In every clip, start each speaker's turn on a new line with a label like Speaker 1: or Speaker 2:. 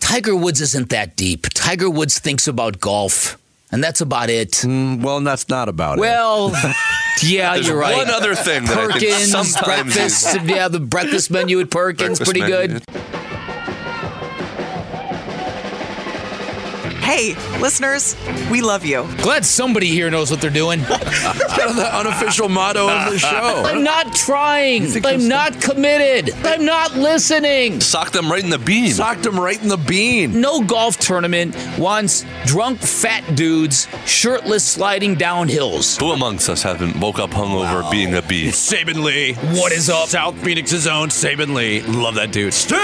Speaker 1: Tiger Woods isn't that deep. Tiger Woods thinks about golf, and that's about it.
Speaker 2: Mm, well, that's not about
Speaker 1: Well, yeah,
Speaker 3: There's
Speaker 1: you're right.
Speaker 3: one other thing that I think
Speaker 1: Perkins
Speaker 3: sometimes is-
Speaker 1: breakfast. yeah, the breakfast menu at Perkins,
Speaker 3: Breakfast
Speaker 1: pretty
Speaker 3: menu.
Speaker 1: good.
Speaker 4: Hey, listeners, we love you.
Speaker 1: Glad somebody here knows what they're doing.
Speaker 2: it. Kind of the unofficial motto of the show.
Speaker 1: I'm not trying.
Speaker 2: think
Speaker 1: I'm
Speaker 2: you're-
Speaker 1: not committed. I'm not listening.
Speaker 3: Socked them right in the bean.
Speaker 2: Socked him right in the bean.
Speaker 1: No golf tournament wants drunk fat dudes shirtless sliding down hills.
Speaker 3: Who amongst us haven't woke up hungover being a bee?
Speaker 2: Saban Lee.
Speaker 1: What is up?
Speaker 2: South Phoenix's own Saban Lee. Love that dude. Still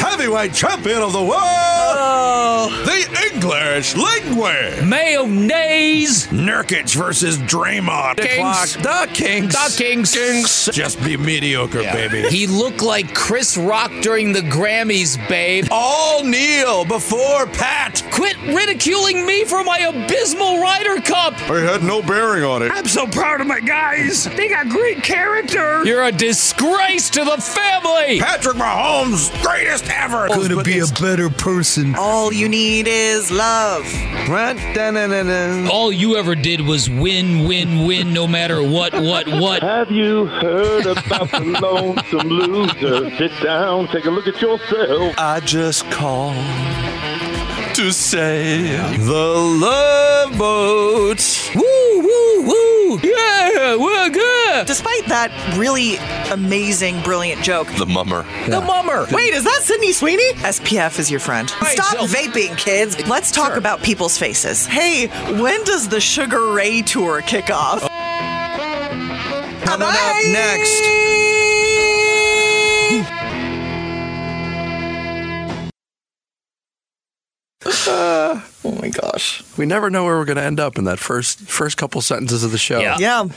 Speaker 2: heavyweight champion of the world. Oh. The English language.
Speaker 1: Mayonnaise.
Speaker 2: Nurkic versus Draymond.
Speaker 1: Kings.
Speaker 2: The Kings.
Speaker 1: The Kings.
Speaker 2: Just be mediocre, baby.
Speaker 1: He looked like Chris Rock during the Grammys, babe.
Speaker 2: All kneel before Pat.
Speaker 1: Quit ridiculing me for my abysmal Ryder Cup.
Speaker 5: I had no bearing on it.
Speaker 2: I'm so proud of my guys. They got great character.
Speaker 1: You're a disgrace to the family.
Speaker 2: Patrick Mahomes, greatest ever. Gonna be a better person.
Speaker 4: All you need is love.
Speaker 1: All you ever did was win, win, win, no matter what, what, what.
Speaker 6: Have you heard about the lonesome loser? Sit down, take a look at yourself.
Speaker 3: I just call to say.
Speaker 2: The Love Boat.
Speaker 1: Woo, woo, woo. Yeah, we're good.
Speaker 4: Despite that really amazing, brilliant joke,
Speaker 3: The mummer.
Speaker 1: The mummer.
Speaker 4: Wait, is that Sydney Sweeney? SPF is your friend.
Speaker 1: right,
Speaker 4: Stop
Speaker 1: so-
Speaker 4: vaping, kids. Let's talk about people's faces. Hey, when does the Sugar Ray tour kick off?
Speaker 2: Coming up next. We never know where we're going to end up in that first first couple sentences of the show.
Speaker 1: Yeah.
Speaker 4: Yeah.